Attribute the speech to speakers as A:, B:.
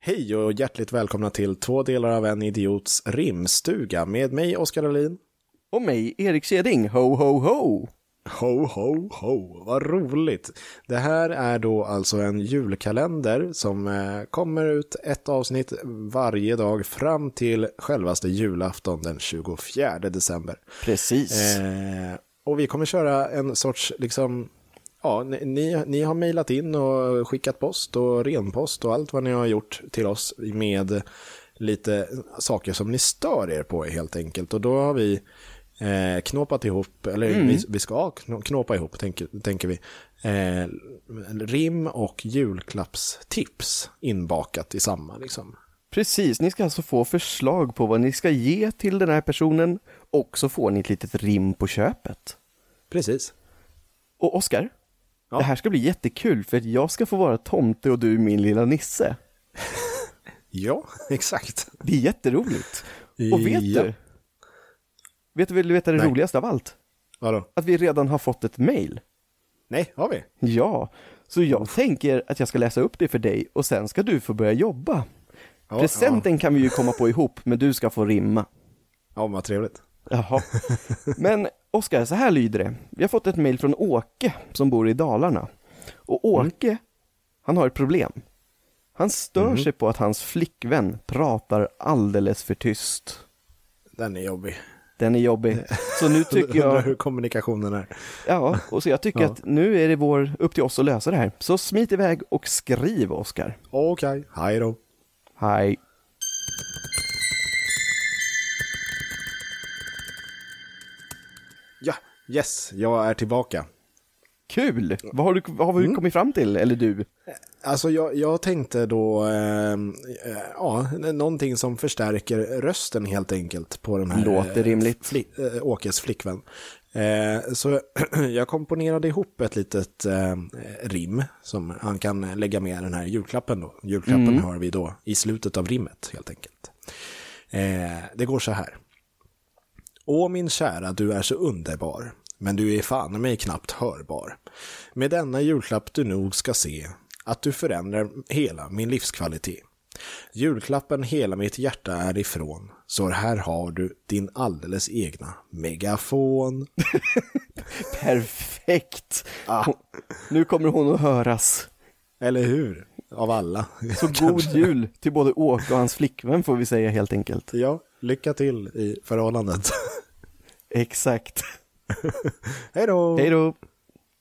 A: Hej och hjärtligt välkomna till två delar av en idiots rimstuga med mig Oskar Alin.
B: Och mig, Erik Seding, ho ho ho!
A: Ho, ho, ho, vad roligt! Det här är då alltså en julkalender som eh, kommer ut ett avsnitt varje dag fram till självaste julafton den 24 december.
B: Precis.
A: Eh, och vi kommer köra en sorts, liksom, ja, ni- ni, ni har mejlat in och skickat post och renpost och allt vad ni har gjort till oss med lite saker som ni stör er på helt enkelt. Och då har vi eh, knåpat ihop, eller vi, vi ska kno- knåpa ihop tänker, tänker vi, eh, rim och julklappstips inbakat i samma. Liksom.
B: Precis, ni ska alltså få förslag på vad ni ska ge till den här personen och så får ni ett litet rim på köpet.
A: Precis.
B: Och Oskar,
A: Ja.
B: det här ska bli jättekul för att jag ska få vara tomte och du min lilla nisse.
A: Ja, exakt.
B: Det är jätteroligt. Och vet
A: Ja.
B: du? Vet du, vill du veta det
A: Nej.
B: roligaste av allt?
A: Vadå?
B: Att vi redan har fått ett mail.
A: Nej, har vi?
B: Ja, så jag tänker att jag ska läsa upp det för dig och sen ska du få börja jobba.
A: Ja,
B: Presenten kan vi ju komma på ihop, men du ska få rimma.
A: Ja, vad trevligt.
B: Jaha. Men Oskar, så här lyder det. Vi har fått ett mejl från Åke som bor i Dalarna. Och
A: Mm.
B: Åke, han har ett problem. Han stör
A: Mm.
B: sig på att hans flickvän pratar alldeles för tyst.
A: Den är jobbig.
B: Den är jobbig. Så nu tycker
A: Undrar
B: jag,
A: hur kommunikationen är.
B: ja, och så jag tycker att nu är det vår, upp till oss att lösa det här. Så smit iväg och skriv Oskar.
A: Okej, hej då.
B: Hej.
A: Ja, yes, jag är tillbaka.
B: Kul! Vad har, du, vad har vi kommit fram till? Eller du?
A: Alltså jag, jag tänkte då, eh, eh, ja, någonting som förstärker rösten helt enkelt på den här
B: Låter rimligt.
A: Fli, eh, Åkes flickvän. Eh, så jag komponerade ihop ett litet eh, rim som han kan lägga med den här julklappen då. Julklappen hör vi då i slutet av rimmet helt enkelt. Eh, det går så här. Å min kära, du är så underbar, men du är fan i mig knappt hörbar. Med denna julklapp du nog ska se, att du förändrar hela min livskvalitet. Julklappen hela mitt hjärta är ifrån, så här har du din alldeles egna megafon.
B: Perfekt! Hon, nu kommer hon att höras.
A: Eller hur? Av alla.
B: Så god jul till både Åke och hans flickvän får vi säga helt enkelt.
A: Ja, lycka till i förhållandet.
B: Exakt.
A: Hej då!
B: Hej då!